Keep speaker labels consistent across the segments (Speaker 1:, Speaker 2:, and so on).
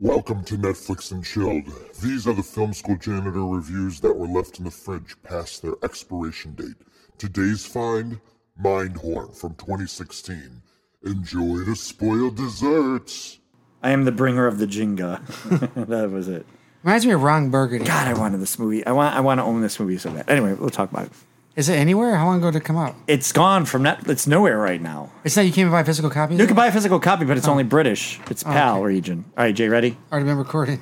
Speaker 1: Welcome to Netflix and Chilled. These are the film school janitor reviews that were left in the fridge past their expiration date. Today's find Mindhorn from 2016. Enjoy the spoiled desserts.
Speaker 2: I am the bringer of the Jenga. that was it.
Speaker 3: Reminds me of Ron Burgundy.
Speaker 2: God, I wanted this movie. I want. I want to own this movie so bad. Anyway, we'll talk about it.
Speaker 3: Is it anywhere? How long ago did it come out?
Speaker 2: It's gone from net. It's nowhere right now.
Speaker 3: It's not you can't buy a physical copy.
Speaker 2: You can buy a physical copy, but it's only British. It's PAL
Speaker 3: Oh. okay.
Speaker 2: region. All right, Jay, ready?
Speaker 3: Already been recorded.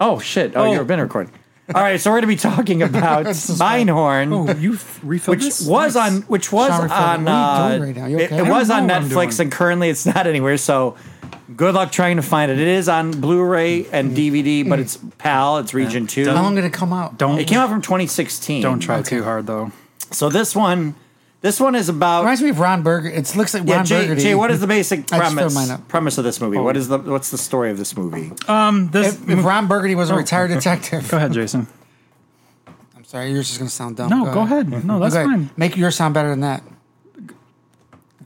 Speaker 2: Oh shit! Oh, you've been recording. All right, so we're going to be talking about
Speaker 3: This is fine.
Speaker 2: Mindhorn,
Speaker 4: Oh, you f- refilled
Speaker 2: which
Speaker 4: this?
Speaker 2: was on, which was
Speaker 3: Sorry for-
Speaker 2: on,
Speaker 3: what are you
Speaker 2: uh,
Speaker 3: doing right now? You
Speaker 2: it,
Speaker 3: okay?
Speaker 2: it
Speaker 3: I
Speaker 2: was
Speaker 4: don't
Speaker 2: on
Speaker 4: know what I'm
Speaker 2: Netflix,
Speaker 4: doing.
Speaker 2: and currently it's not anywhere. So, good luck trying to find it. It is on Blu-ray and DVD,
Speaker 3: Mm.
Speaker 2: but it's PAL. It's region two.
Speaker 3: How long did it come out?
Speaker 4: Don't
Speaker 2: It came out from 2016.
Speaker 4: don't try too hard though.
Speaker 2: So this one, this one is about.
Speaker 3: Reminds me of Ron Burgundy. It looks like
Speaker 2: yeah,
Speaker 3: Ron
Speaker 2: Jay,
Speaker 3: Burgundy.
Speaker 2: Jay, what is the basic
Speaker 3: I just
Speaker 2: premise
Speaker 3: filled mine up. Oh. Uh,
Speaker 2: premise of this movie? What is the what's the story of this movie?
Speaker 4: Um, this.
Speaker 3: If, if Ron Burgundy
Speaker 4: Oh.
Speaker 3: was a retired detective,
Speaker 4: go ahead, Jason.
Speaker 3: I'm sorry, yours is gonna sound dumb.
Speaker 4: No, go ahead. No, that's
Speaker 3: Okay,
Speaker 4: fine.
Speaker 3: Make yours sound better than that.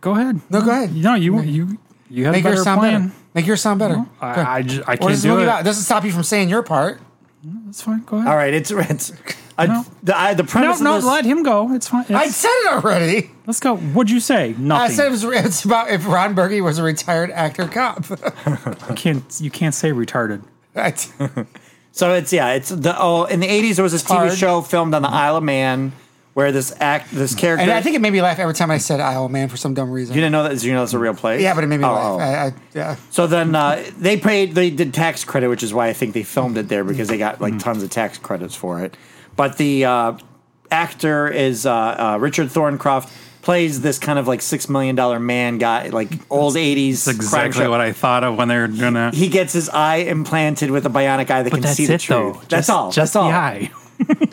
Speaker 4: Go ahead.
Speaker 3: No, go ahead.
Speaker 4: No, you you you had
Speaker 3: Make
Speaker 4: a better
Speaker 3: yours sound
Speaker 4: plan.
Speaker 3: better. Make yours sound better. Go ahead.
Speaker 4: I, I, ju-
Speaker 3: what
Speaker 4: I
Speaker 3: is
Speaker 4: can't
Speaker 3: this
Speaker 4: do
Speaker 3: movie
Speaker 4: it.
Speaker 3: about? It doesn't stop you from saying your part.
Speaker 4: That's fine. Go ahead.
Speaker 2: All right, it's it's I,
Speaker 4: No.
Speaker 2: the I, the
Speaker 4: No,
Speaker 2: premise.
Speaker 4: no,
Speaker 2: of this,
Speaker 4: let him go. It's fine.
Speaker 3: I
Speaker 4: It's-
Speaker 3: said it already.
Speaker 4: let's go. What'd you say?
Speaker 3: I
Speaker 4: Nothing.
Speaker 3: said it was, it's about if Ron Burgundy was a retired actor cop.
Speaker 4: you can't. You can't say retarded.
Speaker 3: Right.
Speaker 2: So it's yeah, it's the oh in the eighties there was this TV
Speaker 3: hard.
Speaker 2: show filmed on the Isle of Man where this act this character
Speaker 3: and I think it made me laugh every time I said "Isle Man" for some dumb reason.
Speaker 2: you didn't know that you know that's a real place.
Speaker 3: yeah, but it made me
Speaker 2: Oh,
Speaker 3: laugh.
Speaker 2: oh.
Speaker 3: I, I, yeah.
Speaker 2: So then uh, they paid, they did tax credit, which is why I think they filmed it there because they got
Speaker 4: Mm-hmm.
Speaker 2: like tons of tax credits for it. But the uh, actor is uh, uh, Richard Thorncroft plays this kind of like six million dollar man guy, like old eighties.
Speaker 4: That's exactly what I thought of when they were gonna.
Speaker 2: He gets his eye implanted with a bionic eye that can see the truth. That's
Speaker 4: Just-
Speaker 2: all.
Speaker 4: Just
Speaker 2: that's all.
Speaker 4: the eye.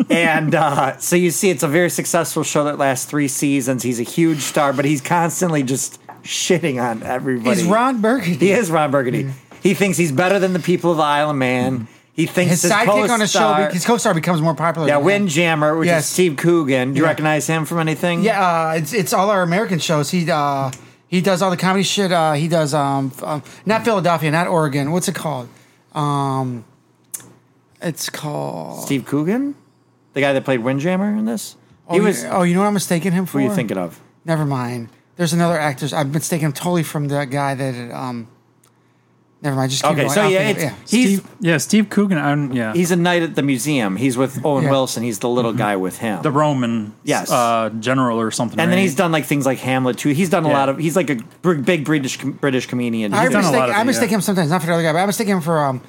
Speaker 2: and uh, so you see, it's a very successful show that lasts three seasons. He's a huge star, but he's constantly just shitting on everybody.
Speaker 3: He's Ron Burgundy.
Speaker 2: He is Ron Burgundy. He thinks he's better than the people of the Isle of Man. He thinks
Speaker 3: Mm-hmm. His
Speaker 2: his,
Speaker 3: sidekick on a show,
Speaker 2: co-star-
Speaker 3: be- his co-star becomes more popular.
Speaker 2: yeah,
Speaker 3: than him.
Speaker 2: Windjammer, which
Speaker 3: Yes.
Speaker 2: is Steve Coogan. Do you
Speaker 3: Yeah.
Speaker 2: recognize him from anything?
Speaker 3: Yeah, uh, it's it's all our American shows. He uh, he does all the comedy shit. Uh, he does um, f- um not Philadelphia, not Oregon. What's it called? Um, it's called.
Speaker 2: Steve Coogan, the guy that played Windjammer in this.
Speaker 3: Oh,
Speaker 2: He
Speaker 3: you-
Speaker 2: was.
Speaker 3: oh, you know what I'm mistaking him for?
Speaker 2: Who are you thinking of?
Speaker 3: Never mind. There's another actor. I've mistaken him totally from the guy that. Um, never mind. Just keep
Speaker 2: Okay,
Speaker 3: going.
Speaker 2: so
Speaker 3: I'll
Speaker 2: yeah,
Speaker 3: think of-
Speaker 2: it's, he's
Speaker 4: Steve, yeah, Steve Coogan. I'm, yeah,
Speaker 2: he's a knight at the museum. He's with Owen
Speaker 3: Yeah. Mm-hmm.
Speaker 2: Wilson. He's the little guy with him.
Speaker 4: the Roman.
Speaker 2: Yes.
Speaker 4: Uh, general or something.
Speaker 2: and
Speaker 4: right?
Speaker 2: then he's done like things like Hamlet too. He's done a
Speaker 4: Yeah.
Speaker 2: lot of. He's like a br- big British com- British comedian.
Speaker 3: I
Speaker 2: too.
Speaker 4: done a
Speaker 3: mistake,
Speaker 4: lot of
Speaker 3: I
Speaker 4: it,
Speaker 3: mistake
Speaker 4: yeah.
Speaker 3: him sometimes, not for the other guy, but I mistake him for um,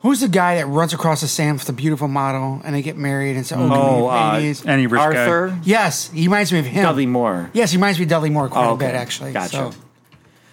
Speaker 3: who's the guy that runs across the sand with the beautiful model and they get married and so oh,
Speaker 2: Oh, uh,
Speaker 3: ladies.
Speaker 4: Any rich guy.
Speaker 2: Arthur
Speaker 3: yes, he reminds me of him.
Speaker 2: Dudley Moore.
Speaker 3: Yes, he reminds me of Dudley Moore quite
Speaker 2: Oh,
Speaker 3: a
Speaker 2: okay.
Speaker 3: bit actually.
Speaker 2: Gotcha.
Speaker 3: So,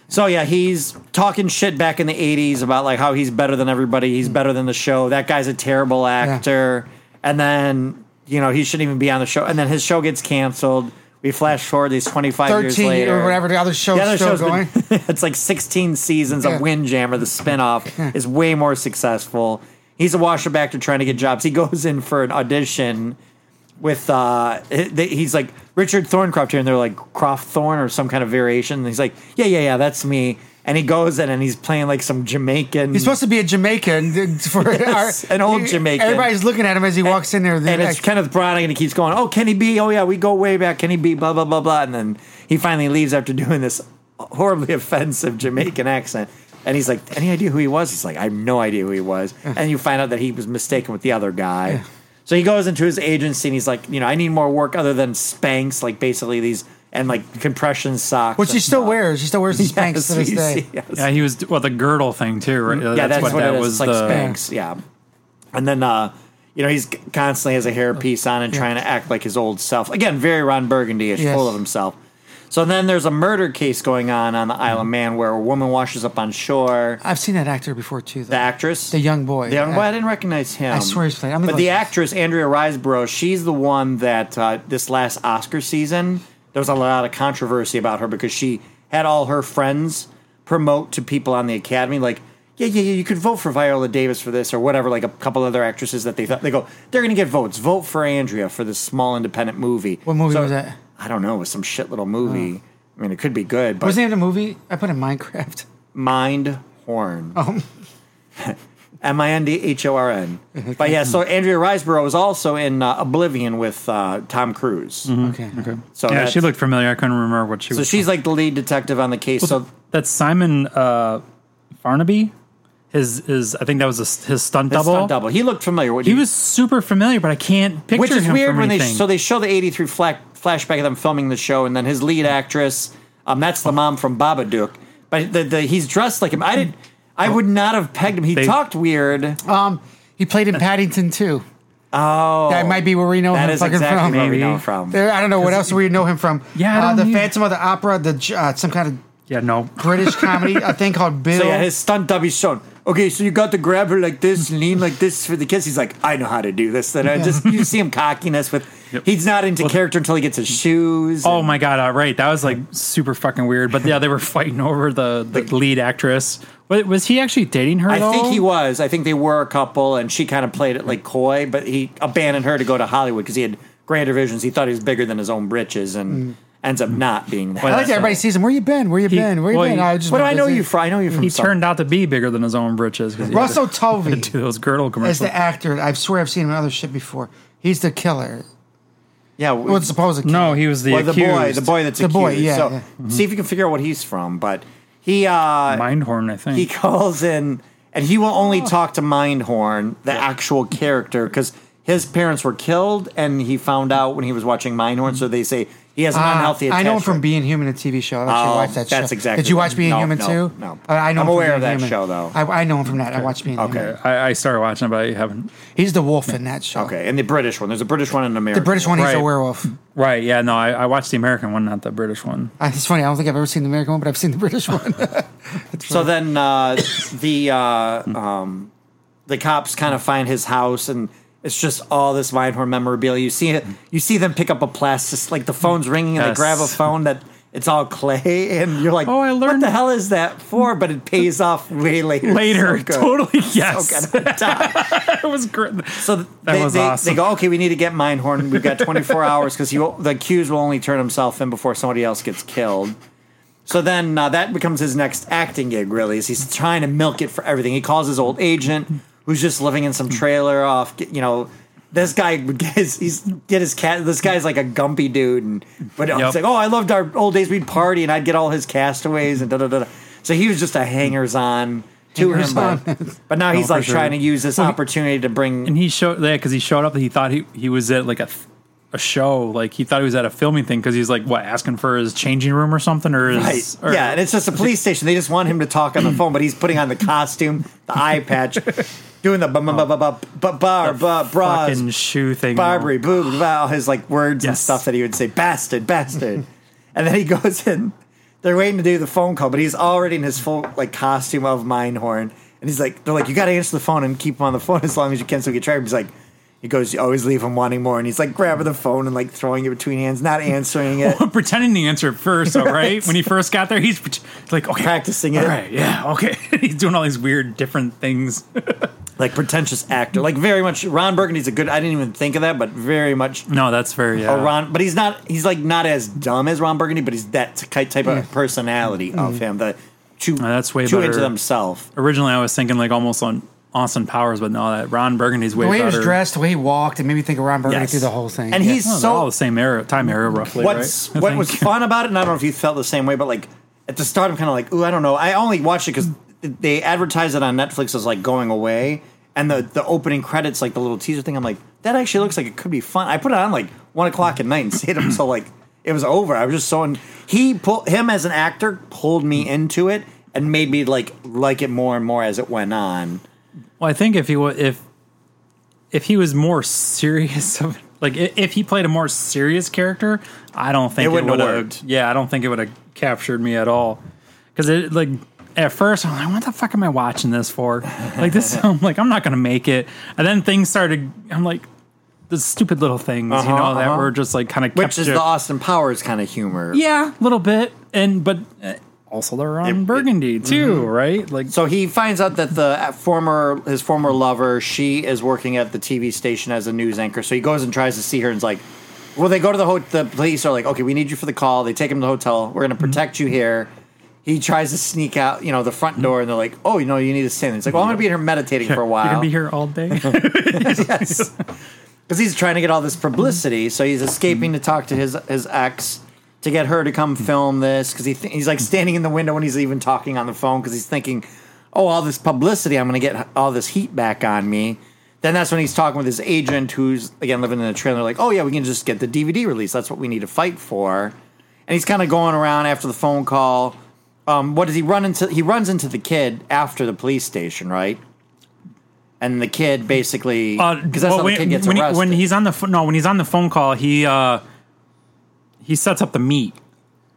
Speaker 2: So yeah, he's talking shit back in the '80s about like how he's better than everybody.
Speaker 3: Hmm.
Speaker 2: He's better than the show. That guy's a terrible actor. And then you know he shouldn't even be on the show. And then his show gets canceled. We flash forward these 25 years
Speaker 3: Thirteen
Speaker 2: later
Speaker 3: or whatever the other show's
Speaker 2: the other
Speaker 3: still
Speaker 2: show's
Speaker 3: going.
Speaker 2: been- it's like 16 seasons
Speaker 3: Yeah.
Speaker 2: of Windjammer, the spinoff, is way more successful. He's a washer actor trying to get jobs. He goes in for an audition with, uh, he- they- he's like Richard Thorncroft here, and they're like Croft Thorn or some kind of variation. And he's like, yeah, yeah, yeah, that's me. And he goes in and he's playing like some Jamaican.
Speaker 3: He's supposed to be a Jamaican for
Speaker 2: Yes, an old Jamaican.
Speaker 3: Everybody's looking at him as he walks in there.
Speaker 2: and it's Kenneth Branagh, and he keeps going, "Oh, Kenny B, oh yeah, we go way back, Kenny B, blah blah blah blah," and then he finally leaves after doing this horribly offensive Jamaican accent, and he's like, "Any idea who he was?" He's like, "I have no idea who he was," and you find out that he was mistaken with the other guy. So he goes into his agency and he's like, "You know, I need more work other than Spanx, like basically these and like compression socks,
Speaker 3: which he
Speaker 2: and
Speaker 3: still
Speaker 2: stuff."
Speaker 3: wears. He still wears these spanks
Speaker 2: Yes,
Speaker 3: to this
Speaker 2: you
Speaker 3: day.
Speaker 2: see, yes.
Speaker 4: Yeah, he was well the girdle thing too, right?
Speaker 2: Yeah, that's, what,
Speaker 4: that
Speaker 2: it is.
Speaker 4: was.
Speaker 2: it's like
Speaker 4: the,
Speaker 2: Spanx. Yeah, and then uh, you know he's c- constantly has a hairpiece on and trying to act like his old self again. Very Ron Burgundy ish,
Speaker 3: Yes.
Speaker 2: full of himself. So then there's a murder case going on on the Isle
Speaker 3: Mm-hmm.
Speaker 2: of Man where a woman washes up on shore.
Speaker 3: I've seen that actor before too. Though.
Speaker 2: The actress,
Speaker 3: The young boy.
Speaker 2: the young boy.
Speaker 3: Yeah.
Speaker 2: I didn't recognize him.
Speaker 3: I swear he's played- I'm
Speaker 2: But
Speaker 3: like-
Speaker 2: the actress Andrea Riseborough, she's the one that uh, this last Oscar season there was a lot of controversy about her because she had all her friends promote to people on the Academy like. Yeah, yeah, yeah. You could vote for Viola Davis for this or whatever. Like a couple other actresses that they thought they go, they're going to get votes. Vote for Andrea for this small independent movie.
Speaker 3: What movie was that? Oh.
Speaker 2: I don't know. It was some shit little movie. I mean, it could be good, but
Speaker 4: Oh.
Speaker 3: What's the name of the movie? I put in Minecraft.
Speaker 2: Mind Horn. M I N D H O R N. But yeah, so Andrea Riseborough was also in uh, Oblivion with uh, Tom Cruise.
Speaker 3: Okay.
Speaker 2: So
Speaker 3: Okay.
Speaker 4: Mm-hmm. yeah,
Speaker 2: Oh, that's-
Speaker 4: she looked familiar. I couldn't remember what she
Speaker 2: So
Speaker 4: was.
Speaker 2: she's like the lead detective on the case. So
Speaker 4: That's Simon uh, Farnaby. His is I think that was his, his stunt
Speaker 2: his
Speaker 4: double.
Speaker 2: stunt double. He looked familiar. What do
Speaker 4: He
Speaker 2: you-
Speaker 4: was super familiar, but I can't picture
Speaker 2: which is
Speaker 4: him
Speaker 2: weird
Speaker 4: from
Speaker 2: when
Speaker 4: anything.
Speaker 2: they so they show the '83 flash, flashback of them filming the show, and then his lead actress, um, that's
Speaker 4: Oh.
Speaker 2: the mom from Babadook. But the, the, he's dressed like him. I didn't. I would not have pegged him. He
Speaker 4: They-
Speaker 2: talked weird.
Speaker 3: Um, he played in Paddington too. Oh, that might be where we know
Speaker 2: That
Speaker 3: him
Speaker 2: is
Speaker 3: fucking
Speaker 2: exactly
Speaker 3: from.
Speaker 2: where we know
Speaker 4: Maybe.
Speaker 2: him from.
Speaker 3: There- I don't know what else we know him from.
Speaker 4: Yeah, I
Speaker 3: uh,
Speaker 4: don't
Speaker 3: the
Speaker 4: either.
Speaker 3: Phantom of the Opera, the j- uh, some kind of
Speaker 4: yeah, no.
Speaker 3: British comedy, a thing called Bill.
Speaker 2: So yeah, his stunt double is shown. Okay, so you got to grab her like this and lean like this for the kiss. He's like, I know how to do this. And I just you see him cockiness with. He's not into character until he gets his shoes.
Speaker 4: Oh my god! Uh, right, that was like super fucking weird. But yeah, they were fighting over the, the lead actress. Wa- was he actually dating her?
Speaker 2: I
Speaker 4: though?
Speaker 2: think he was. I think they were a couple, and she kind of played it like coy, but he abandoned her to go to Hollywood because he had grander visions. He thought he was bigger than his own britches,
Speaker 3: Mm.
Speaker 2: and ends up not being that.
Speaker 3: I like that everybody sees him. Where you been? Where you been? Where you
Speaker 4: well,
Speaker 3: been?
Speaker 4: he-
Speaker 3: I just
Speaker 2: What do
Speaker 3: went
Speaker 2: I know
Speaker 3: visit.
Speaker 2: you from? I know you from.
Speaker 4: He
Speaker 2: some-
Speaker 4: turned out to be bigger than his own britches. 'cause he had
Speaker 3: Russell
Speaker 4: to
Speaker 3: Tovey
Speaker 4: do those girdle
Speaker 3: as
Speaker 4: commercials.
Speaker 3: the actor. I swear I've seen him in other shit before. He's the killer.
Speaker 2: Yeah,
Speaker 3: Well, it's supposed to
Speaker 4: no, he was the
Speaker 2: well, the boy, the
Speaker 4: accused.
Speaker 2: boy that's
Speaker 3: The
Speaker 2: accused.
Speaker 3: boy, yeah,
Speaker 2: so
Speaker 3: yeah.
Speaker 2: see if you can figure out what he's from. But he uh,
Speaker 4: Mindhorn, I think.
Speaker 2: he calls in, and he will only talk to Mindhorn, the actual character, because his parents were killed, and he found out when he was watching Mindhorn. So they say he has an unhealthy.
Speaker 3: Uh, Ah, I know him
Speaker 2: attachment.
Speaker 3: from Being Human, a TV show. I actually
Speaker 2: Oh,
Speaker 3: watched that
Speaker 2: that's
Speaker 3: show.
Speaker 2: exactly
Speaker 3: Did you
Speaker 2: what-
Speaker 3: watch Being
Speaker 2: no,
Speaker 3: Human
Speaker 2: no,
Speaker 3: too? Uh,
Speaker 2: no.
Speaker 3: I, I
Speaker 2: I'm
Speaker 3: know. him from
Speaker 2: aware of
Speaker 3: Being
Speaker 2: that
Speaker 3: Human.
Speaker 2: show, though.
Speaker 3: I, I know him from that. I watched Being
Speaker 2: Okay.
Speaker 3: Human.
Speaker 4: I, I started watching, it, but I haven't.
Speaker 3: He's the wolf in that show.
Speaker 2: Okay, and the British one. There's a British one and an American.
Speaker 3: The British one, he's a
Speaker 4: Right.
Speaker 3: werewolf.
Speaker 4: Right? Yeah, no, I, I watched the American one, not the British one.
Speaker 3: Uh, It's funny. I don't think I've ever seen the American one, but I've seen the British one.
Speaker 2: So then uh, the uh, um, the cops kind of find his house, and it's just all this Vinehorn memorabilia. You see it. You see them pick up a plastic, like the phone's ringing, and they
Speaker 4: Yes.
Speaker 2: grab a phone that it's all clay, and you're like,
Speaker 4: Oh, I
Speaker 2: What
Speaker 4: learned-
Speaker 2: the hell is that for? But it pays off way later.
Speaker 4: Later,
Speaker 2: So good.
Speaker 4: totally yes.
Speaker 2: So good. Time.
Speaker 4: it was great.
Speaker 2: So
Speaker 4: That
Speaker 2: they,
Speaker 4: was
Speaker 2: they,
Speaker 4: awesome.
Speaker 2: they go, okay, we need to get Mindhorn. We've got 24 hours because the accused will only turn himself in before somebody else gets killed. So then uh, that becomes his next acting gig, really, is he's trying to milk it for everything. He calls his old agent, who's just living in some trailer off, you know. This guy would get his he's get his cat. This guy's like a gumpy dude, and but it's
Speaker 4: Yep.
Speaker 2: like, oh, I loved our old days. We'd party, and I'd get all his castaways and da da da. da. So he was just a hangers on to him,
Speaker 3: Hangers-on.
Speaker 2: but, but now he's
Speaker 4: for
Speaker 2: like
Speaker 4: sure.
Speaker 2: trying to use this opportunity to bring
Speaker 4: And he showed yeah, because he showed up. He thought he he was at like a th- a show. Like he thought he was at a filming thing because he's like what asking for his changing room or something or
Speaker 2: Right.
Speaker 4: his or,
Speaker 2: yeah, and it's just a police station. They just want him to talk on the phone, but he's putting on the costume, the eye patch, doing the ba ba ba ba ba ba bar ba bras,
Speaker 4: fucking shoe thing.
Speaker 2: Barbary, boob, blah, all his like words and
Speaker 4: Yes.
Speaker 2: stuff that he would say, bastard, bastard. and then he goes in, they're waiting to do the phone call, but he's already in his full like costume of Mindhorn. And he's like, they're like, you got to answer the phone and keep him on the phone as long as you can so we can track him. He's like, he goes, you always leave him wanting more. And he's like grabbing the phone and like throwing it between hands, not answering it.
Speaker 4: pretending to answer it first, all right? When he first got there, he's pret- he's like, okay,
Speaker 2: Practicing
Speaker 4: all
Speaker 2: it.
Speaker 4: right, yeah, okay. he's doing all these weird, different things.
Speaker 2: like pretentious actor, like very much Ron Burgundy's a good. I didn't even think of that, but very much
Speaker 4: No, that's very yeah.
Speaker 2: a Ron. But he's not. He's like not as dumb as Ron Burgundy, but he's that ki- type of personality of him. The too
Speaker 4: Mm-hmm. Uh, that's way
Speaker 2: too into
Speaker 4: better.
Speaker 2: themselves.
Speaker 4: Originally, I was thinking like almost on Austin Powers, but no, that Ron Burgundy's way
Speaker 3: the way he
Speaker 4: better.
Speaker 3: was dressed, the way he walked, it made me think of Ron Burgundy
Speaker 2: Yes.
Speaker 3: through the whole thing.
Speaker 2: And
Speaker 3: Yeah.
Speaker 2: he's
Speaker 4: Oh, they're
Speaker 2: so
Speaker 4: all the same era, time era, roughly.
Speaker 2: What's
Speaker 4: right? I
Speaker 2: what
Speaker 4: think.
Speaker 2: was fun about it, and I don't know if you felt the same way, but like at the start, I'm kind of like, ooh, I don't know. I only watched it because they advertise it on Netflix as like going away, and the the opening credits, like the little teaser thing. I'm like, that actually looks like it could be fun. I put it on like one o'clock at night and stayed up so like it was over. I was just so in- he pulled him as an actor pulled me into it and made me like like it more and more as it went on.
Speaker 4: Well, I think if he wa if if he was more serious, of- like i- if he played a more serious character, I don't think
Speaker 2: It wouldn't have
Speaker 4: would've-
Speaker 2: worked.
Speaker 4: Yeah, I don't think it would have captured me at all. Because it like at first I'm like, what the fuck am I watching this for? Like this, I'm like, I'm not gonna make it. And then things started. I'm like, the stupid little things, you know,
Speaker 2: Uh-huh,
Speaker 4: that
Speaker 2: uh-huh.
Speaker 4: were just like kind of
Speaker 2: Which is the Austin Powers kind of humor.
Speaker 4: yeah, a little bit, and but uh, also the Ron
Speaker 2: it- Mm-hmm.
Speaker 4: Burgundy too, right? Like
Speaker 2: So he finds out that the uh, former his former lover, she is working at the TV station as a news anchor. So he goes and tries to see her and's like,
Speaker 4: Mm-hmm.
Speaker 2: well, they go to the ho- the police are like, okay, we need you for the call. They take him to the hotel. We're going to protect you here. he tries to sneak out, you know, the
Speaker 4: Mm-hmm.
Speaker 2: front door, and they're like, "Oh, you know, you need to stand." He's like, "Well, I'm gonna be in here meditating for a while."
Speaker 4: You're gonna be here all day. Uh,
Speaker 2: yes. Because he's trying to get all this publicity, so he's escaping to talk to his his ex to get her to come film this. Because he th- he's like standing in the window when he's even talking on the phone because he's thinking, "Oh, all this publicity, I'm going to get all this heat back on me." Then that's when he's talking with his agent, who's again living in a trailer. Like, "Oh yeah, we can just get the DVD release. That's what we need to fight for." And he's kind of going around after the phone call. Um, what does he run into? He runs into the kid after the police station, right? And the kid basically
Speaker 4: Uh,
Speaker 2: because that's
Speaker 4: well,
Speaker 2: how the kid gets
Speaker 4: when, he-
Speaker 2: arrested.
Speaker 4: when he's on the pho- no, when he's on the phone call, he uh, he sets up the meet,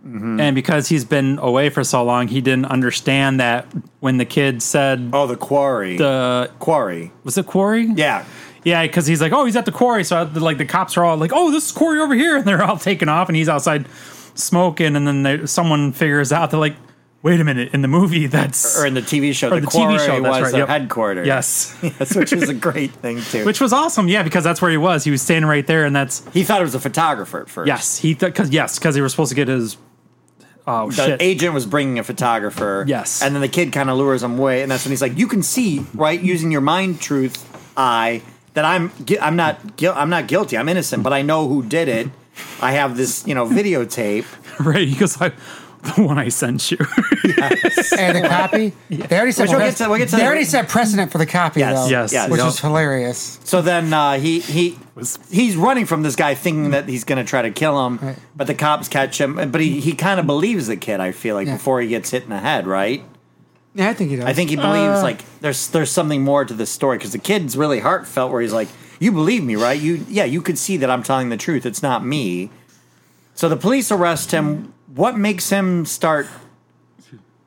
Speaker 2: Mm-hmm.
Speaker 4: and because he's been away for so long, he didn't understand that when the kid said
Speaker 2: oh the quarry
Speaker 4: the
Speaker 2: quarry
Speaker 4: was it quarry?
Speaker 2: yeah
Speaker 4: yeah, because he's like, oh, he's at the quarry, so like the cops are all like, oh, this is quarry over here, and they're all taking off, and he's outside smoking, and then they, someone figures out they're like, wait a minute, in the movie that's
Speaker 2: or in the TV show
Speaker 4: Or
Speaker 2: the,
Speaker 4: the TV
Speaker 2: quarry
Speaker 4: show, that's
Speaker 2: was
Speaker 4: right,
Speaker 2: their
Speaker 4: yep.
Speaker 2: headquarters
Speaker 4: yes.
Speaker 2: yes which was a great thing too
Speaker 4: Which was awesome, yeah, because that's where he was. He was standing right there, and that's
Speaker 2: he thought it was a photographer at first
Speaker 4: Yes, he because yes, because he was supposed to get his. Oh
Speaker 2: the
Speaker 4: shit!
Speaker 2: agent was bringing a photographer
Speaker 4: Yes.
Speaker 2: and then the kid kind of lures him away and that's when he's like you can see right using your mind truth eye that I'm gui- I'm not gui- I'm not guilty I'm innocent but I know who did it I have this you know videotape
Speaker 4: Right, he goes like the one I sent you.
Speaker 3: and a copy. They already set.
Speaker 2: Which we'll
Speaker 3: pres-
Speaker 2: get to- we'll get to
Speaker 3: they
Speaker 2: that.
Speaker 3: already set precedent for the copy,
Speaker 2: Yes,
Speaker 3: though.
Speaker 4: Yes,
Speaker 2: yes.
Speaker 3: which
Speaker 4: yep.
Speaker 3: is hilarious.
Speaker 2: So then uh, he he
Speaker 4: Was-
Speaker 2: he's running from this guy, thinking that he's going to try to kill him.
Speaker 3: Right.
Speaker 2: But the cops catch him. But he, he kind of believes the kid. I feel like
Speaker 3: Yeah.
Speaker 2: before he gets hit in the head, right?
Speaker 3: Yeah, I think he does.
Speaker 2: I think he believes like there's there's something more to this story because the kid's really heartfelt. Where he's like, "You believe me, right? You yeah, you could see that I'm telling the truth. It's not me." So the police arrest him. What makes him start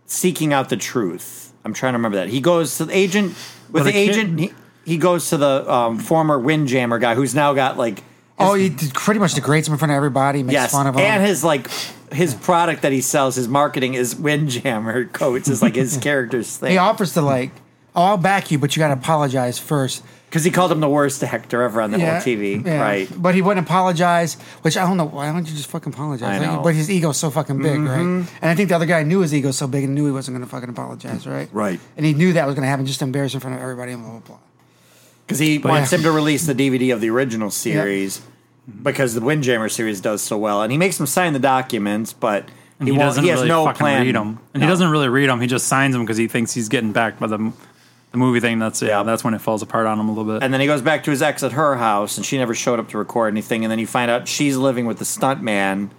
Speaker 2: seeking out the truth? I'm trying to remember that. He goes to the agent with
Speaker 4: Well, the
Speaker 2: the, agent.
Speaker 4: kid-
Speaker 2: He, he goes to the um, former windjammer guy who's now got like
Speaker 3: Oh, he d- pretty much degrades him in front of everybody, makes
Speaker 2: yes,
Speaker 3: fun of him.
Speaker 2: and his like his product that he sells, his marketing is windjammer coats is like his character's thing.
Speaker 3: he offers to like, oh, I'll back you, but you got to apologize first.
Speaker 2: Because he called him the worst actor ever on the
Speaker 3: Yeah,
Speaker 2: whole TV,
Speaker 3: yeah.
Speaker 2: right?
Speaker 3: But he wouldn't apologize, which I don't know. Why don't you just fucking apologize?
Speaker 2: I
Speaker 3: Like,
Speaker 2: know.
Speaker 3: But his ego's so fucking big, right? And I think the other guy knew his ego's so big and knew he wasn't going to fucking apologize, right?
Speaker 2: Right.
Speaker 3: And he knew that was going to happen, just embarrass in front of everybody and blah, blah, blah.
Speaker 2: Because he wants
Speaker 3: yeah.
Speaker 2: him to release the DVD of the original series because the Windjammer series does so well, and he makes him sign the documents, but he,
Speaker 4: he
Speaker 2: won't-
Speaker 4: doesn't
Speaker 2: He has
Speaker 4: really
Speaker 2: no
Speaker 4: fucking
Speaker 2: plan.
Speaker 4: read them, and
Speaker 2: No.
Speaker 4: he doesn't really read them. He just signs them because he thinks he's getting backed by the m- the movie thing. That's yeah,
Speaker 2: Yeah.
Speaker 4: that's when it falls apart on him a little bit.
Speaker 2: And then he goes back to his ex at her house, and she never showed up to record anything. And then you find out she's living with the stuntman,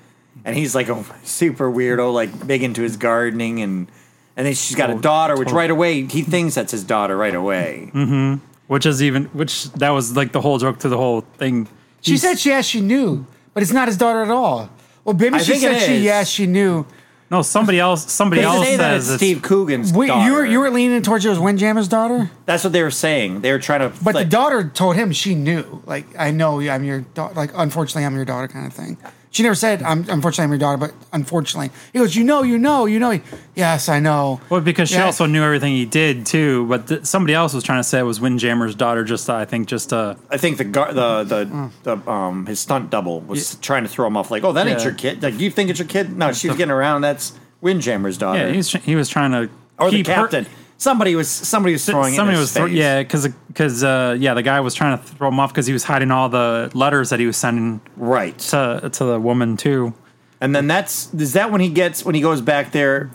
Speaker 2: and he's like a super weirdo, like big into his gardening, and and then she's got a daughter, which right away he thinks that's his daughter right away.
Speaker 4: Mm-hmm. which is even which that was like the whole joke to the whole thing.
Speaker 3: She said she, yes, she knew, but it's not his daughter at all. Well, maybe
Speaker 2: I
Speaker 3: she
Speaker 2: think it
Speaker 3: said she,
Speaker 2: is.
Speaker 3: yes, she knew.
Speaker 4: no. Somebody else. Somebody
Speaker 2: They
Speaker 4: else
Speaker 2: say that
Speaker 4: says
Speaker 2: it's
Speaker 4: it's
Speaker 2: Steve Coogan's
Speaker 3: Wait,
Speaker 2: daughter.
Speaker 3: you were you were leaning towards it was Windjammer's daughter,
Speaker 2: That's what they were saying. They were trying to.
Speaker 3: but
Speaker 2: flip.
Speaker 3: the daughter told him she knew. Like, I know I'm your daughter. Like, unfortunately, I'm your daughter, kind of thing. She never said, "I'm unfortunately I'm your daughter," but unfortunately, he goes, "You know, you know, you know." Yes, I know.
Speaker 4: Well, because she
Speaker 3: Yeah.
Speaker 4: also knew everything he did too. But th- somebody else was trying to say it was Windjammer's daughter. Just to, I think just uh
Speaker 2: I think the gar- the
Speaker 4: Mm.
Speaker 2: the, the um his stunt double was trying to throw him off. Like, oh, that ain't
Speaker 4: Yeah.
Speaker 2: your kid. Like, you think it's your kid? No, she's getting around. That's Windjammer's daughter
Speaker 4: yeah he was tr- he was trying to
Speaker 2: Oh, or the
Speaker 4: keep her-
Speaker 2: captain. somebody was somebody was throwing. it in
Speaker 4: somebody
Speaker 2: his
Speaker 4: was throw-
Speaker 2: face.
Speaker 4: yeah because uh, yeah the guy was trying to throw him off because he was hiding all the letters that he was sending
Speaker 2: right.
Speaker 4: to to the woman too
Speaker 2: and then that's is that when he gets when he goes back there.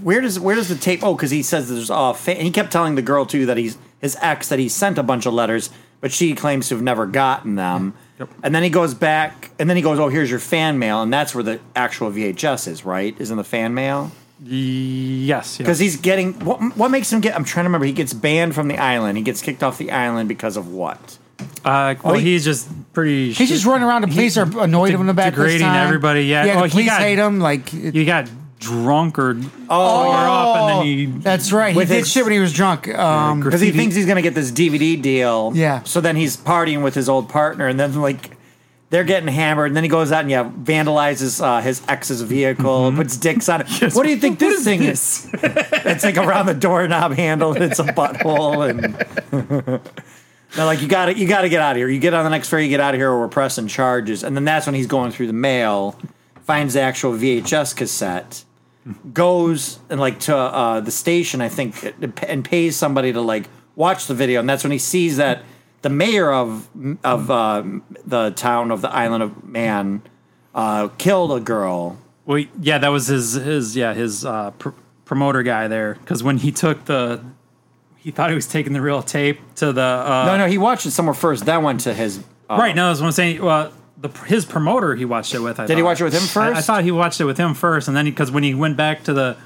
Speaker 2: Where does where does the tape? Oh, because he says there's uh, fa- and he kept telling the girl too that he's his ex that he sent a bunch of letters, but she claims to have never gotten them. And then he goes back, and then he goes, "Oh, here's your fan mail," and that's where the actual VHS is, right? Is in the fan mail.
Speaker 4: yes yeah.
Speaker 2: because he's getting what, what makes him get i'm trying to remember he gets banned from the island he gets kicked off the island because of what
Speaker 4: uh,
Speaker 2: oh,
Speaker 4: well
Speaker 2: he-
Speaker 4: he's just pretty
Speaker 3: He's just running around. The police are annoyed of him in the back. this
Speaker 4: degrading
Speaker 3: time.
Speaker 4: everybody, yeah.
Speaker 3: yeah.
Speaker 4: Oh,
Speaker 3: the
Speaker 4: he
Speaker 3: police
Speaker 4: got-
Speaker 3: hate him. Like,
Speaker 4: you got drunk or
Speaker 2: Oh,
Speaker 4: or up and then he
Speaker 3: that's right. He
Speaker 2: With
Speaker 3: did
Speaker 2: his-
Speaker 3: shit when he was drunk. Um,
Speaker 2: because he thinks he's going to get this dvd deal
Speaker 3: Yeah.
Speaker 2: so then he's partying with his old partner and then like they're getting hammered and then he goes out and yeah vandalizes uh, his ex's vehicle puts dicks on it Mm-hmm. what do you think this thing is it's like around the doorknob handle and it's a butthole and they're like you gotta you gotta get out of here you get on the next ferry you get out of here or we're pressing charges and then that's when he's going through the mail finds the actual vhs cassette goes and like to uh, the station, I think, and pays somebody to like watch the video, and that's when he sees that the mayor of of uh, the town of the island of Man uh, killed a girl.
Speaker 4: Well, yeah, that was his his yeah his uh, pr- promoter guy there because when he took the, he thought he was taking the real tape to the uh,
Speaker 2: No, no, he watched it somewhere first, then went to his. Uh,
Speaker 4: right. No, that's what I'm saying. Well, the his promoter he watched it with. I
Speaker 2: Did he
Speaker 4: thought.
Speaker 2: watch it with him
Speaker 4: I-
Speaker 2: first?
Speaker 4: I, thought he watched it with him first, and then because when he went back to the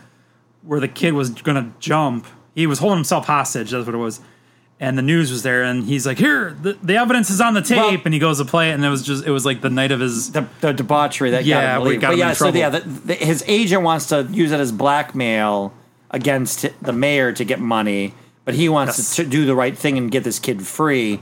Speaker 4: where the kid was gonna jump, he was holding himself hostage. That's what it was. And the news was there, and he's like, "Here, the, the evidence is on the tape."
Speaker 2: Well-
Speaker 4: and he goes to play it, and it was just it was like the night of his.
Speaker 2: the, the debauchery that
Speaker 4: Yeah,
Speaker 2: got him to
Speaker 4: we
Speaker 2: leave.
Speaker 4: got
Speaker 2: but
Speaker 4: him in
Speaker 2: yeah, so
Speaker 4: trouble.
Speaker 2: yeah, the, the, his agent wants to use it as blackmail against the mayor to get money, but he wants
Speaker 4: Yes.
Speaker 2: to, to do the right thing and get this kid free.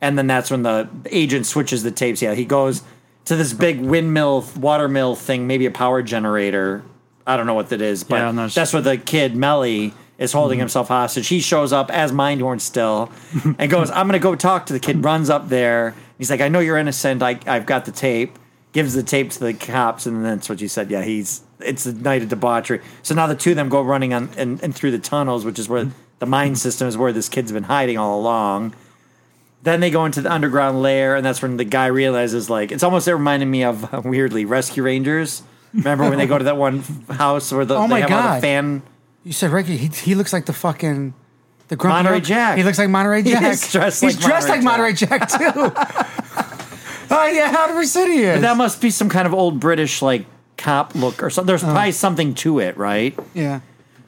Speaker 2: And then that's when the agent switches the tapes. Yeah, he goes to this big windmill, water mill thing, maybe a power generator. I don't know what that is, but
Speaker 4: Yeah, I'm not sure. Mm-hmm.
Speaker 2: that's where the kid Melly is holding himself hostage. He shows up as Mindhorn still and goes, I'm going to go talk to the kid. Runs up there. He's like, I know you're innocent. I, I've got the tape. Gives the tape to the cops. And that's what you said. Yeah, he's, it's the night of debauchery. So now the two of them go running on and, and through the tunnels, which is where
Speaker 4: Mm-hmm.
Speaker 2: the mine system is where this kid's been hiding all along. Then they go into the underground lair, and that's when the guy realizes, like, it's almost it reminded me of uh, weirdly Rescue Rangers. Remember when they go to that one house where the
Speaker 3: Oh
Speaker 2: they
Speaker 3: my
Speaker 2: have all the
Speaker 3: God.
Speaker 2: fan
Speaker 3: You said Ricky. He, he looks like the fucking the grumpy
Speaker 2: Monterey
Speaker 3: old-
Speaker 2: Jack.
Speaker 3: He looks like Monterey
Speaker 2: He
Speaker 3: Jack.
Speaker 2: is dressed
Speaker 3: He's
Speaker 2: like
Speaker 3: dressed like
Speaker 2: Monterey
Speaker 3: Monterey Jack too. oh yeah, hundred percent he is.
Speaker 2: That must be some kind of old British like cop look or something. There's
Speaker 3: Uh-huh.
Speaker 2: probably something to it, right?
Speaker 3: yeah.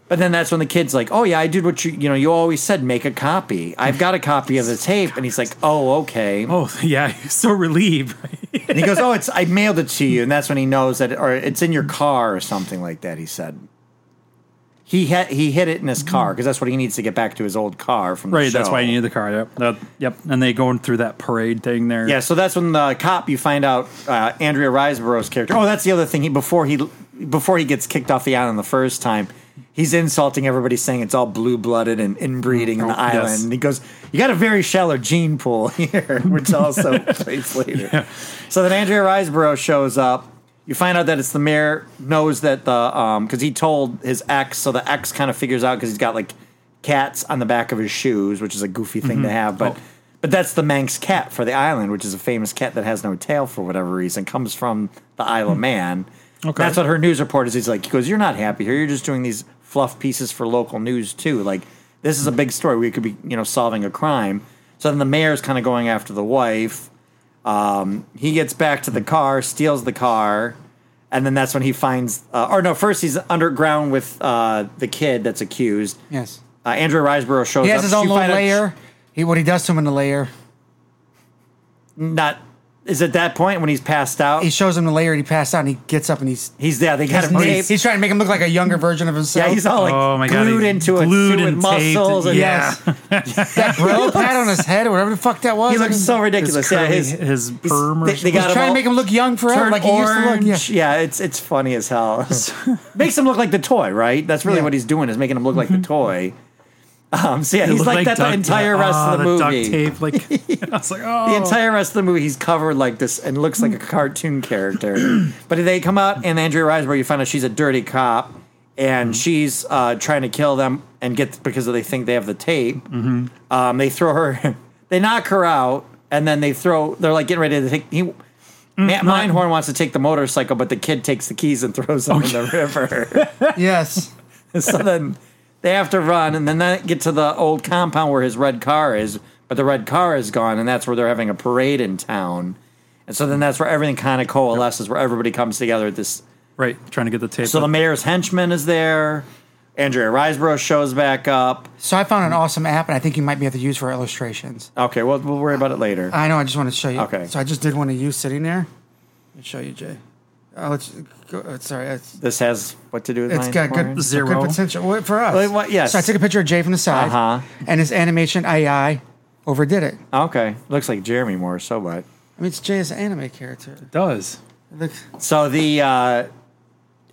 Speaker 2: But then that's when the kid's like, "Oh yeah, I did what you you know you always said, make a copy. I've got a copy of the tape." And he's like, "Oh okay."
Speaker 4: Oh yeah, he's so relieved. Right?
Speaker 2: And he goes, "Oh, it's I mailed it to you." And that's when he knows that, or it's in your car or something like that. He said. He hit, he hid it in his car because that's what he needs to get back to his old car from the
Speaker 4: Mm-hmm. Right, that's
Speaker 2: show.
Speaker 4: why he needed the car. Yep, That- yep. And they going through that parade thing there.
Speaker 2: Yeah, so that's when the cop you find out uh, Andrea Riseborough's character. Oh, that's the other thing. He before he before he gets kicked off the island the first time, he's insulting everybody, saying it's all blue blooded and inbreeding in the
Speaker 4: Oh, yes.
Speaker 2: island. And he goes, "You got a very shallow gene pool here," which also plays later. So then Andrea Riseborough shows up. You find out that it's the mayor knows that the because he told his ex, so the ex kind of figures out because he's got like cats on the back of his shoes, which is a goofy thing to have, but. But that's the Manx cat for the island, which is a famous cat that has no tail for whatever reason. Comes from the Isle of Man.
Speaker 4: Okay.
Speaker 2: That's what her news report is. He's like, he goes, "You're not happy here. You're just doing these fluff pieces for local news too. Like this is a big story. We could be, you know, solving a crime." So then the mayor's kind of going after the wife. Um, he gets back to the car, steals the car, and then that's when he finds. Uh, or no, first he's underground with uh, the kid that's accused.
Speaker 3: Yes.
Speaker 2: Uh, Andrew Riseborough shows.
Speaker 3: He
Speaker 2: up.
Speaker 3: has his
Speaker 2: You
Speaker 3: own little
Speaker 2: find out-
Speaker 3: layer. He what he does to him in the layer.
Speaker 2: Not is at that point when he's passed out.
Speaker 3: He shows him the layer. and He passed out. and He gets up and he's
Speaker 2: He's yeah, they got
Speaker 3: he's,
Speaker 2: him taped.
Speaker 3: he's trying to make him look like a younger version of himself.
Speaker 2: yeah, he's all like
Speaker 4: Oh my God,
Speaker 2: glued
Speaker 4: he-
Speaker 2: into it,
Speaker 4: glued
Speaker 2: suit with
Speaker 4: and taped.
Speaker 2: muscles. And
Speaker 4: Yeah.
Speaker 3: that bro pat on his head or whatever the fuck that was.
Speaker 2: he looks so
Speaker 4: his
Speaker 2: ridiculous. yeah,
Speaker 4: curly-
Speaker 2: his,
Speaker 4: his, perm. Or
Speaker 2: they, they
Speaker 4: something.
Speaker 2: got
Speaker 3: He's trying to make him look young forever,
Speaker 2: turn
Speaker 3: like he
Speaker 2: orange.
Speaker 3: used to look. Yeah.
Speaker 2: yeah. it's it's funny as hell. Makes him look like the toy, right? That's really
Speaker 3: Yeah. Mm-hmm.
Speaker 2: what he's doing is making him look like the toy. Um, so yeah,
Speaker 4: It
Speaker 2: he's
Speaker 4: looked
Speaker 2: like, that
Speaker 4: duct-
Speaker 2: the entire rest
Speaker 4: Ah,
Speaker 2: of the movie.
Speaker 4: Duct tape, like I was like, oh,
Speaker 2: The entire rest of the movie, he's covered like this and looks like a cartoon character. but they come out, and Andrea Riseborough, you find out she's a dirty cop, and she's uh, trying to kill them and get because they think they have the tape. Um, they throw her, they knock her out, and then they throw. They're like getting ready to take. He, Matt Mindhorn wants to take the motorcycle, but the kid takes the keys and throws them in the river
Speaker 3: Yes.
Speaker 2: so then they have to run and then that get to the old compound where his red car is but the red car is gone and that's where they're having a parade in town and so then that's where everything kind of coalesces where everybody comes together at this
Speaker 4: "Oh." right, trying to get the tape.
Speaker 2: so the
Speaker 4: up.
Speaker 2: mayor's henchman is there andrea riseborough shows back up
Speaker 3: So I found an awesome app, and I think you might be able to use for illustrations.
Speaker 2: okay well we'll worry about it later
Speaker 3: I know. I just want to show you.
Speaker 2: Okay.
Speaker 3: So I just did one of you sitting there. Let me show you, Jay. Oh, let's go. uh, Sorry, it's,
Speaker 2: this has what to do with
Speaker 3: it's got good,
Speaker 4: Zero.
Speaker 3: good potential Well, for us.
Speaker 2: Wait, what? Yes.
Speaker 3: So I took a picture of Jay from the side,
Speaker 2: Uh-huh.
Speaker 3: and his animation AI overdid it.
Speaker 2: okay looks like jeremy more so what
Speaker 3: I mean, it's Jay's anime character.
Speaker 4: does.
Speaker 3: It looks-
Speaker 2: so the uh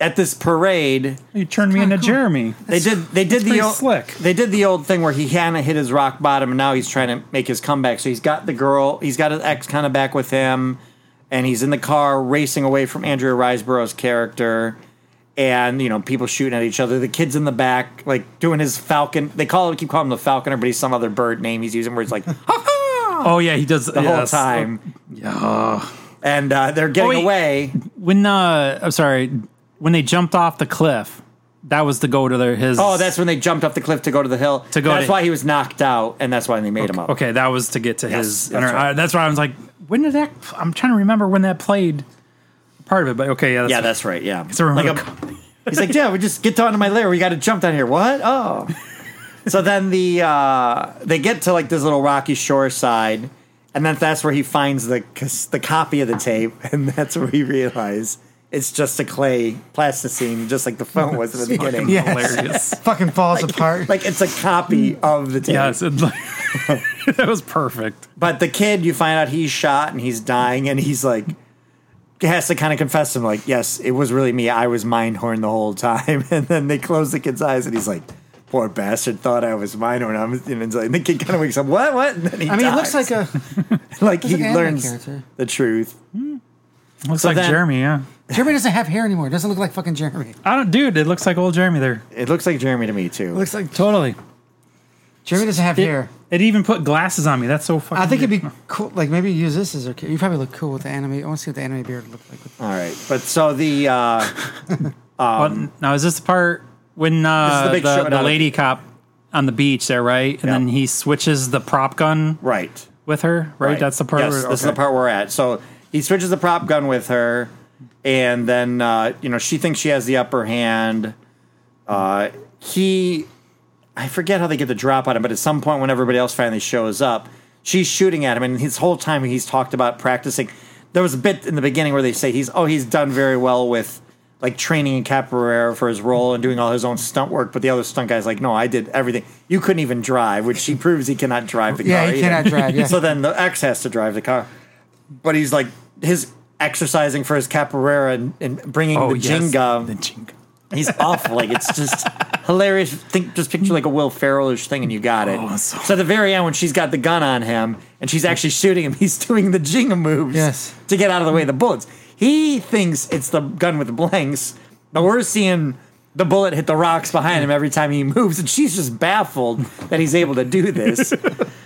Speaker 2: at this parade
Speaker 4: You turned me into Jeremy.
Speaker 2: They did. They did the
Speaker 4: pretty
Speaker 2: old,
Speaker 4: slick.
Speaker 2: They did the old thing where he kind of hit his rock bottom, and now he's trying to make his comeback. So he's got the girl. He's got his ex kind of back with him, and he's in the car racing away from Andrea Riseborough's character. and you know people shooting at each other. The kid's in the back, like doing his falcon. They call it keep calling him the falconer, but he's some other bird name he's using. Where he's like
Speaker 4: Oh yeah, he does
Speaker 2: the whole time, and uh, they're
Speaker 4: Oh,
Speaker 2: getting
Speaker 4: wait.
Speaker 2: away.
Speaker 4: When uh, I'm sorry, when they jumped off the cliff, that was to go to their his.
Speaker 2: Oh, that's when they jumped off the cliff to go to the hill.
Speaker 4: To go
Speaker 2: that's
Speaker 4: to-
Speaker 2: why he was knocked out, and that's why they made him up.
Speaker 4: okay. That was to get to his.
Speaker 2: that's
Speaker 4: That's,
Speaker 2: right.
Speaker 4: right. that's why I was like, when did that? I'm trying to remember when that played. Part of it, but okay, yeah, that's,
Speaker 2: Yeah, that's right. Yeah,
Speaker 4: a remote
Speaker 2: Like he's like, yeah, we just get down to my lair. We got to jump down here. What? Oh, so then the uh, they get to like this little rocky shore side, and then that's where he finds the cas- the copy of the tape, and that's where he realizes it's just a clay plasticine, just like the phone was in the beginning.
Speaker 3: Yeah.
Speaker 4: hilarious.
Speaker 3: Fucking falls apart.
Speaker 2: Like it's a copy of the tape.
Speaker 4: yes, it's like, that was perfect.
Speaker 2: But the kid, you find out he's shot and he's dying, and he's like, has to kind of confess to him, like, yes, it was really me. I was mind horn the whole time. And then they close the kid's eyes, and he's like, poor bastard thought I was mind horn. I'm, and it's like, the kid kind of wakes up, what, what? And then he
Speaker 3: I mean, it looks
Speaker 2: dies.
Speaker 3: like a.
Speaker 2: like he
Speaker 3: like an anime
Speaker 2: learns
Speaker 3: character.
Speaker 2: the truth.
Speaker 4: Looks
Speaker 2: So
Speaker 4: like
Speaker 2: then-
Speaker 4: Jeremy, yeah.
Speaker 3: Jeremy doesn't have hair anymore. It doesn't look like fucking Jeremy.
Speaker 4: I don't, dude. It looks like old Jeremy there.
Speaker 2: It looks like Jeremy to me too.
Speaker 3: looks like
Speaker 4: Totally.
Speaker 3: Jeremy doesn't have
Speaker 4: It,
Speaker 3: hair.
Speaker 4: it even put glasses on me. That's so fucking.
Speaker 3: I think it'd
Speaker 4: weird.
Speaker 3: be cool. Like maybe use this as a. You probably look cool with the anime. I want to see what the anime beard looked like.
Speaker 2: All right, but so the uh,
Speaker 4: Well, now is this the part when
Speaker 2: This is
Speaker 4: uh,
Speaker 2: the
Speaker 4: the,
Speaker 2: big showdown.
Speaker 4: the, lady cop on the beach there, right? And
Speaker 2: Yeah.
Speaker 4: then he switches the prop gun
Speaker 2: right,
Speaker 4: with her, right? That's the part.
Speaker 2: Yes,
Speaker 4: where,
Speaker 2: this is the
Speaker 4: okay.
Speaker 2: part we're at. So he switches the prop gun with her, and then uh, you know she thinks she has the upper hand. Uh, he, I forget how they get the drop on him, but at some point when everybody else finally shows up, she's shooting at him, and his whole time he's talked about practicing. There was a bit in the beginning where they say he's oh he's done very well with like training in capoeira for his role and doing all his own stunt work, but the other stunt guy's like, no, I did everything. You couldn't even drive, which he proves he cannot drive the
Speaker 3: Yeah,
Speaker 2: car.
Speaker 3: he
Speaker 2: either.
Speaker 3: cannot drive, yeah.
Speaker 2: so then the ex has to drive the car. But he's like his exercising for his capoeira and, and bringing
Speaker 4: Oh,
Speaker 2: the
Speaker 4: yes,
Speaker 2: jinga.
Speaker 4: The jinga.
Speaker 2: He's off like it's just hilarious. Think just picture like a Will Ferrellish thing and you got it.
Speaker 4: Oh,
Speaker 2: so,
Speaker 4: so-
Speaker 2: at the very end when she's got the gun on him and she's actually shooting him, he's doing the jinga moves
Speaker 3: Yes.
Speaker 2: to get out of the way of the bullets. He thinks it's the gun with the blanks, but we're seeing the bullet hit the rocks behind him every time he moves, and she's just baffled that he's able to do this.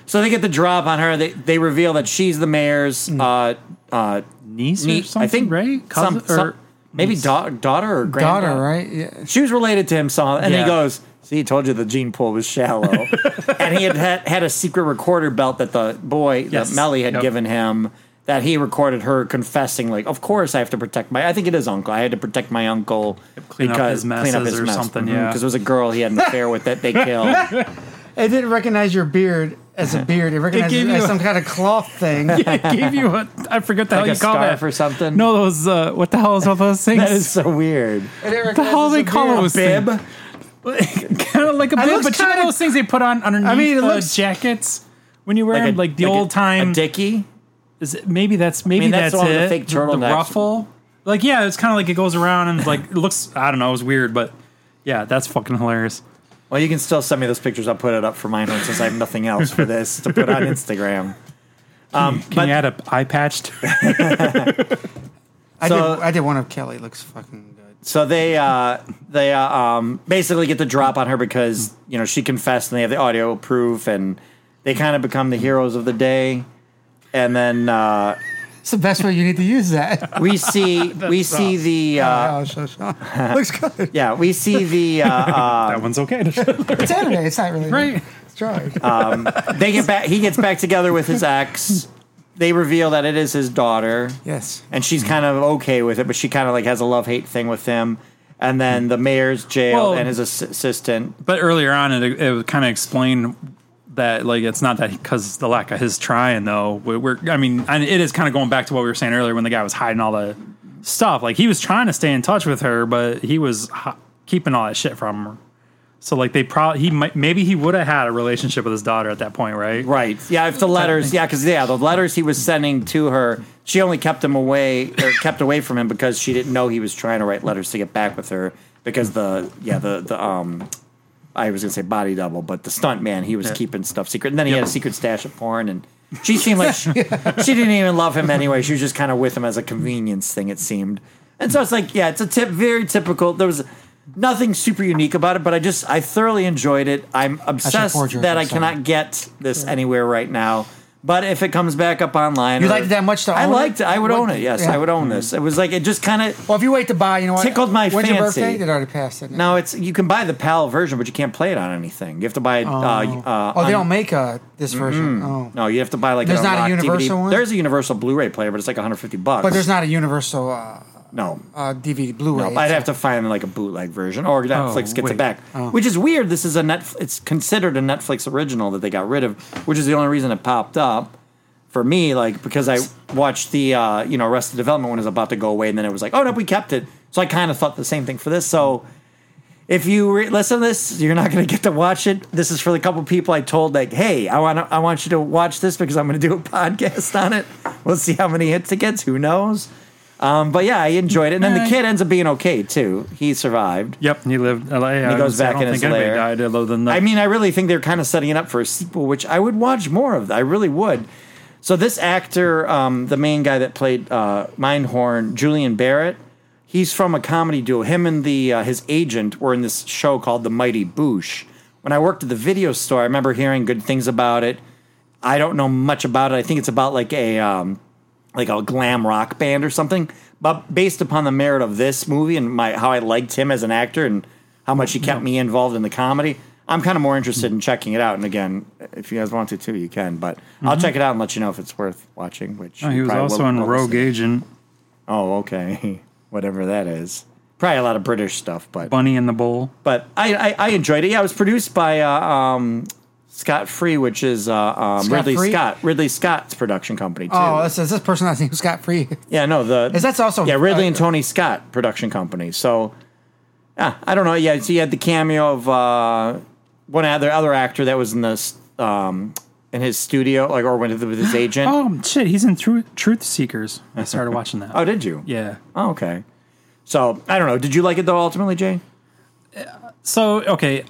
Speaker 2: so they get the drop on her. They they reveal that she's the mayor's uh uh
Speaker 4: Niece or
Speaker 2: nie-
Speaker 4: Hmm. something,
Speaker 2: I think
Speaker 4: right?
Speaker 2: some,
Speaker 4: Cousin,
Speaker 2: some-
Speaker 4: or
Speaker 2: maybe da- daughter or granddaughter
Speaker 3: Daughter, right? Yeah.
Speaker 2: she was related to him somehow. And
Speaker 4: Yeah.
Speaker 2: he goes, See, told you the gene pool was shallow. and he had, had had a secret recorder belt that the boy,
Speaker 4: Yes.
Speaker 2: that Melly had
Speaker 4: Yep.
Speaker 2: given him that he recorded her confessing, like, Of course I have to protect my I think it is uncle. I had to protect my uncle
Speaker 4: clean up his messes or something, yeah.
Speaker 2: Because it Mm-hmm. was a girl he had an affair with that they killed.
Speaker 3: It didn't recognize your beard as a beard. It recognized it,
Speaker 4: gave
Speaker 3: as
Speaker 4: you a-
Speaker 3: some kind of cloth thing.
Speaker 4: it gave you a. I forget the
Speaker 2: Like
Speaker 4: hell
Speaker 2: a
Speaker 4: you call
Speaker 2: scarf
Speaker 4: that
Speaker 2: or something.
Speaker 4: No, those. Uh, what the hell is all those things?
Speaker 2: That is so weird.
Speaker 4: the hell they call those
Speaker 2: beard. A
Speaker 4: things? kind of like
Speaker 3: looks
Speaker 4: a bib, but you know
Speaker 3: kinda-
Speaker 4: those things they put on underneath.
Speaker 3: I mean, it
Speaker 4: uh,
Speaker 3: looks-
Speaker 4: jackets when you wear them, like the
Speaker 2: a-
Speaker 4: old time.
Speaker 2: a dickie.
Speaker 4: Is it, maybe that's maybe
Speaker 2: mean, that's
Speaker 4: that's,
Speaker 2: the one with
Speaker 4: it.
Speaker 2: the fake turtlenecks.
Speaker 4: ruffle. Like yeah, it's kind of like it goes around and like it looks. I don't know. It was weird, but yeah, that's fucking hilarious.
Speaker 2: Well, you can still send me those pictures. I'll put it up for mine since I have nothing else for this to put on Instagram. Um,
Speaker 4: Can
Speaker 2: but
Speaker 4: you add a eye patch? To,
Speaker 3: I,
Speaker 2: So-
Speaker 3: did, I did one of Kelly. Looks fucking good.
Speaker 2: So they uh, they uh, um, basically get the drop on her because you know she confessed and they have the audio proof and they kind of become the heroes of the day. And then uh,
Speaker 3: It's the best way you need to use that.
Speaker 2: we see we see the uh,
Speaker 3: Oh, so- so- Looks good.
Speaker 2: yeah we see the uh, uh,
Speaker 4: that one's okay.
Speaker 3: It's anime. It's not really
Speaker 4: right.
Speaker 3: It's drawing.
Speaker 2: they get back he gets back together with his ex. They reveal that it is his daughter.
Speaker 3: yes.
Speaker 2: And she's kind of okay with it, but she kind of like has a love hate thing with him. And then the mayor's jail
Speaker 4: Well-
Speaker 2: and his ass- assistant
Speaker 4: But earlier on, it it kind of explained that like it's not that because the lack of his trying though. We- We're I mean, and it is kind of going back to what we were saying earlier when the guy was hiding all the stuff. Like he was trying to stay in touch with her, but he was hi- keeping all that shit from her. So like they probably he might maybe he would have had a relationship with his daughter at that point, right?
Speaker 2: Right. Yeah, if the letters, yeah, because yeah, the letters he was sending to her, she only kept him away or kept away from him because she didn't know he was trying to write letters to get back with her because the yeah the the um I was gonna say body double, but the stunt man he was keeping stuff secret, and then he had a secret stash of porn, and she seemed like she, she didn't even love him anyway. She was just kind of with him as a convenience thing, it seemed. And so it's like, yeah, it's a tip, very typical. There was nothing super unique about it, but I just I thoroughly enjoyed it. I'm obsessed
Speaker 3: forge yours,
Speaker 2: that
Speaker 3: I'm
Speaker 2: I
Speaker 3: sorry.
Speaker 2: cannot get this anywhere right now. But if it comes back up online,
Speaker 3: You
Speaker 2: or-
Speaker 3: liked it that much to
Speaker 2: I
Speaker 3: own it?
Speaker 2: liked it. I would
Speaker 3: What-
Speaker 2: own it. Yes,
Speaker 3: yeah. Mm.
Speaker 2: I would own this. It was like it just kind of
Speaker 3: Well, if you wait to buy, you know what?
Speaker 2: Tickled my
Speaker 3: When's your
Speaker 2: fancy.
Speaker 3: birthday? Did already pass it?
Speaker 2: Now it's you can buy the PAL version, but you can't play it on anything. You have to buy. Uh, uh,
Speaker 3: oh, they
Speaker 2: on-
Speaker 3: don't make uh, this version. Oh,
Speaker 2: No, you have to buy like
Speaker 3: There's
Speaker 2: an
Speaker 3: not a
Speaker 2: unlocked
Speaker 3: universal
Speaker 2: DVD.
Speaker 3: one?
Speaker 2: There's a universal Blu-ray player, but it's like 150 bucks.
Speaker 3: but there's not a universal uh,
Speaker 2: no.
Speaker 3: uh, DVD Blu-ray.
Speaker 2: no, I'd have to find like a bootleg version, or Netflix gets
Speaker 4: wait.
Speaker 2: it back, which is weird. This is a net. It's considered a Netflix original that they got rid of, which is the only reason it popped up for me. Like because I watched the uh, you know Arrested Development when it was about to go away, and then it was like, oh no, we kept it. So I kind of thought the same thing for this. So if you re- listen to this, you're not going to get to watch it. This is for the couple people I told, like, hey, I want I want you to watch this because I'm going to do a podcast on it. We'll see how many hits it gets. Who knows? Um, but yeah, I enjoyed it. And then the
Speaker 4: Eh.
Speaker 2: kid ends up being okay too. He survived.
Speaker 4: Yep, and he lived. LA, and
Speaker 2: he goes back in his lair.
Speaker 4: Died other than the,
Speaker 2: I mean, I really think they're kind of setting it up for a sequel, which I would watch more of. I really would. So this actor, um, the main guy that played uh, Mindhorn, Julian Barrett, he's from a comedy duo. Him and the uh, his agent were in this show called The Mighty Boosh. When I worked at the video store, I remember hearing good things about it. I don't know much about it. I think it's about like a um, like a glam rock band or something. But based upon the merit of this movie and my how I liked him as an actor and how much he kept me involved in the comedy, I'm kind of more interested in checking it out. And again, if you guys want to too, you can. But I'll check it out and let you know if it's worth watching. Which
Speaker 4: Mm-hmm. Oh,
Speaker 2: you
Speaker 4: he was
Speaker 2: probably
Speaker 4: also
Speaker 2: will-
Speaker 4: in
Speaker 2: will
Speaker 4: Rogue
Speaker 2: listen.
Speaker 4: Agent,
Speaker 2: Oh, okay, whatever that is. Probably a lot of British stuff, but
Speaker 4: Bunny in the Bowl.
Speaker 2: but I, I, I enjoyed it. Yeah, it was produced by uh, um, Scott Free, which is uh, um,
Speaker 3: Scott
Speaker 2: Ridley
Speaker 3: Free?
Speaker 2: Scott Ridley Scott's production company. Too.
Speaker 3: Oh, this is this person I think Scott Free.
Speaker 2: Yeah, no, the
Speaker 3: Is that's also-
Speaker 2: yeah Ridley and
Speaker 3: uh,
Speaker 2: Tony Scott production company. So, yeah, I don't know. Yeah, so you had the cameo of uh, one other other actor that was in this um, in his studio, like or went with his agent. oh.
Speaker 4: Oh shit, he's in Tru- Truth Seekers. I started watching that.
Speaker 2: did you?
Speaker 4: yeah.
Speaker 2: Oh, okay. So I don't know. Did you like it though? Ultimately, Jay.
Speaker 4: So okay.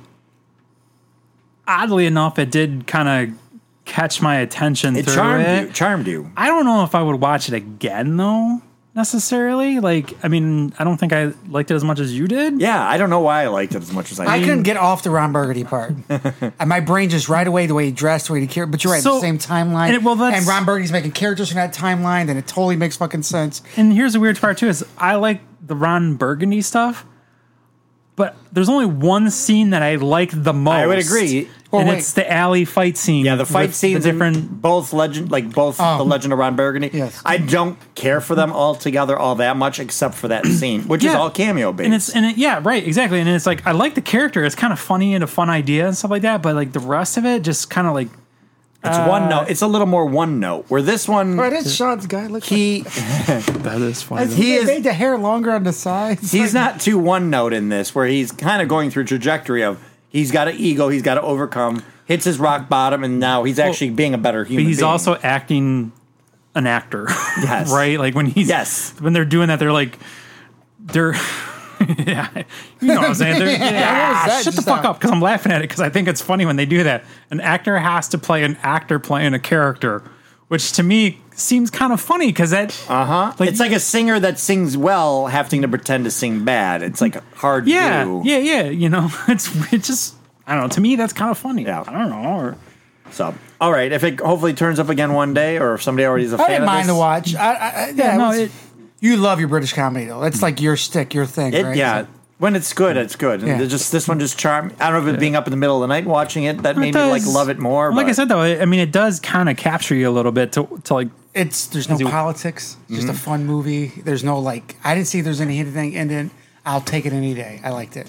Speaker 4: Oddly enough, it did kind of catch my attention
Speaker 2: It
Speaker 4: through
Speaker 2: charmed
Speaker 4: it.
Speaker 2: you. Charmed you.
Speaker 4: I don't know if I would watch it again though necessarily. Like, I mean, I don't think I liked it as much as you did.
Speaker 2: Yeah, I don't know why I liked it as much as I.
Speaker 3: I
Speaker 2: did.
Speaker 3: couldn't get off the Ron Burgundy part. and my brain just right away the way he dressed, the way he cared. But you're right,
Speaker 4: So-
Speaker 3: the same timeline.
Speaker 4: and it- well, that's-
Speaker 3: and Ron Burgundy's making characters from that timeline, then it totally makes fucking sense.
Speaker 4: And here's the weird part too is I like the Ron Burgundy stuff, but there's only one scene that I like the most.
Speaker 2: I would agree.
Speaker 3: Oh,
Speaker 4: and
Speaker 3: wait.
Speaker 4: it's the alley fight scene.
Speaker 2: Yeah, the fight
Speaker 4: with
Speaker 2: scenes
Speaker 4: the
Speaker 2: different,
Speaker 4: different. Um,
Speaker 2: both legend, like both
Speaker 3: Oh.
Speaker 2: the Legend of Ron Burgundy.
Speaker 3: Yes.
Speaker 2: I don't care for them altogether all that much, except for that scene, which is
Speaker 4: Yeah.
Speaker 2: all cameo based.
Speaker 4: And it's and it, yeah right exactly and it's like I like the character it's kind of funny and a fun idea and stuff like that but like the rest of it just kind of like
Speaker 2: It's one
Speaker 4: uh,
Speaker 2: note. It's a little more one note. Where this one,
Speaker 3: But it's Sean's guy. Look,
Speaker 2: he
Speaker 4: that is funny
Speaker 2: he
Speaker 3: he
Speaker 2: is-
Speaker 3: made the hair longer on the sides.
Speaker 2: he's not too one note in this. Where he's kind of going through trajectory of he's got an ego, he's got to overcome, hits his rock bottom, and now he's actually being a better human.
Speaker 4: But he's
Speaker 2: being.
Speaker 4: also acting an actor.
Speaker 2: Yes.
Speaker 4: right? Like when he's
Speaker 2: Yes.
Speaker 4: when they're doing that, they're like they're yeah, you know what I'm saying? They're,
Speaker 3: Yeah, what was that
Speaker 4: shut the
Speaker 3: just
Speaker 4: fuck
Speaker 3: now?
Speaker 4: up because I'm laughing at it because I think it's funny when they do that. An actor has to play an actor playing a character, which to me seems kind of funny because that uh huh. Like,
Speaker 2: it's like a singer that sings well, having to pretend to sing bad. It's like hard.
Speaker 4: yeah,
Speaker 2: do.
Speaker 4: yeah, yeah. You know, it's it's just I don't know. To me, that's kind of funny.
Speaker 2: Yeah.
Speaker 4: I don't know. Or,
Speaker 2: So, all right. If it hopefully turns up again one day, or if somebody already is a fan
Speaker 3: I didn't
Speaker 2: of
Speaker 3: mind
Speaker 2: this,
Speaker 3: the watch. I, I, I- yeah, it
Speaker 4: no,
Speaker 3: was-
Speaker 4: it-
Speaker 3: you love your British comedy though. That's like your stick, your thing.
Speaker 2: It,
Speaker 3: right?
Speaker 2: Yeah.
Speaker 3: So-
Speaker 2: when it's good, it's good. And
Speaker 3: Yeah.
Speaker 2: it just this one just charm. I don't know if it being up in the middle of the night watching it that made
Speaker 4: It
Speaker 2: me like
Speaker 4: does-
Speaker 2: love it more.
Speaker 4: Like I
Speaker 2: but-
Speaker 4: said though, I I mean, it does kind of capture you a little bit to to like
Speaker 3: it's there's no politics. It's
Speaker 2: Mm-hmm.
Speaker 3: Just a fun movie. There's no like. I didn't see there's any hidden thing. And then I'll take it any day. I liked it.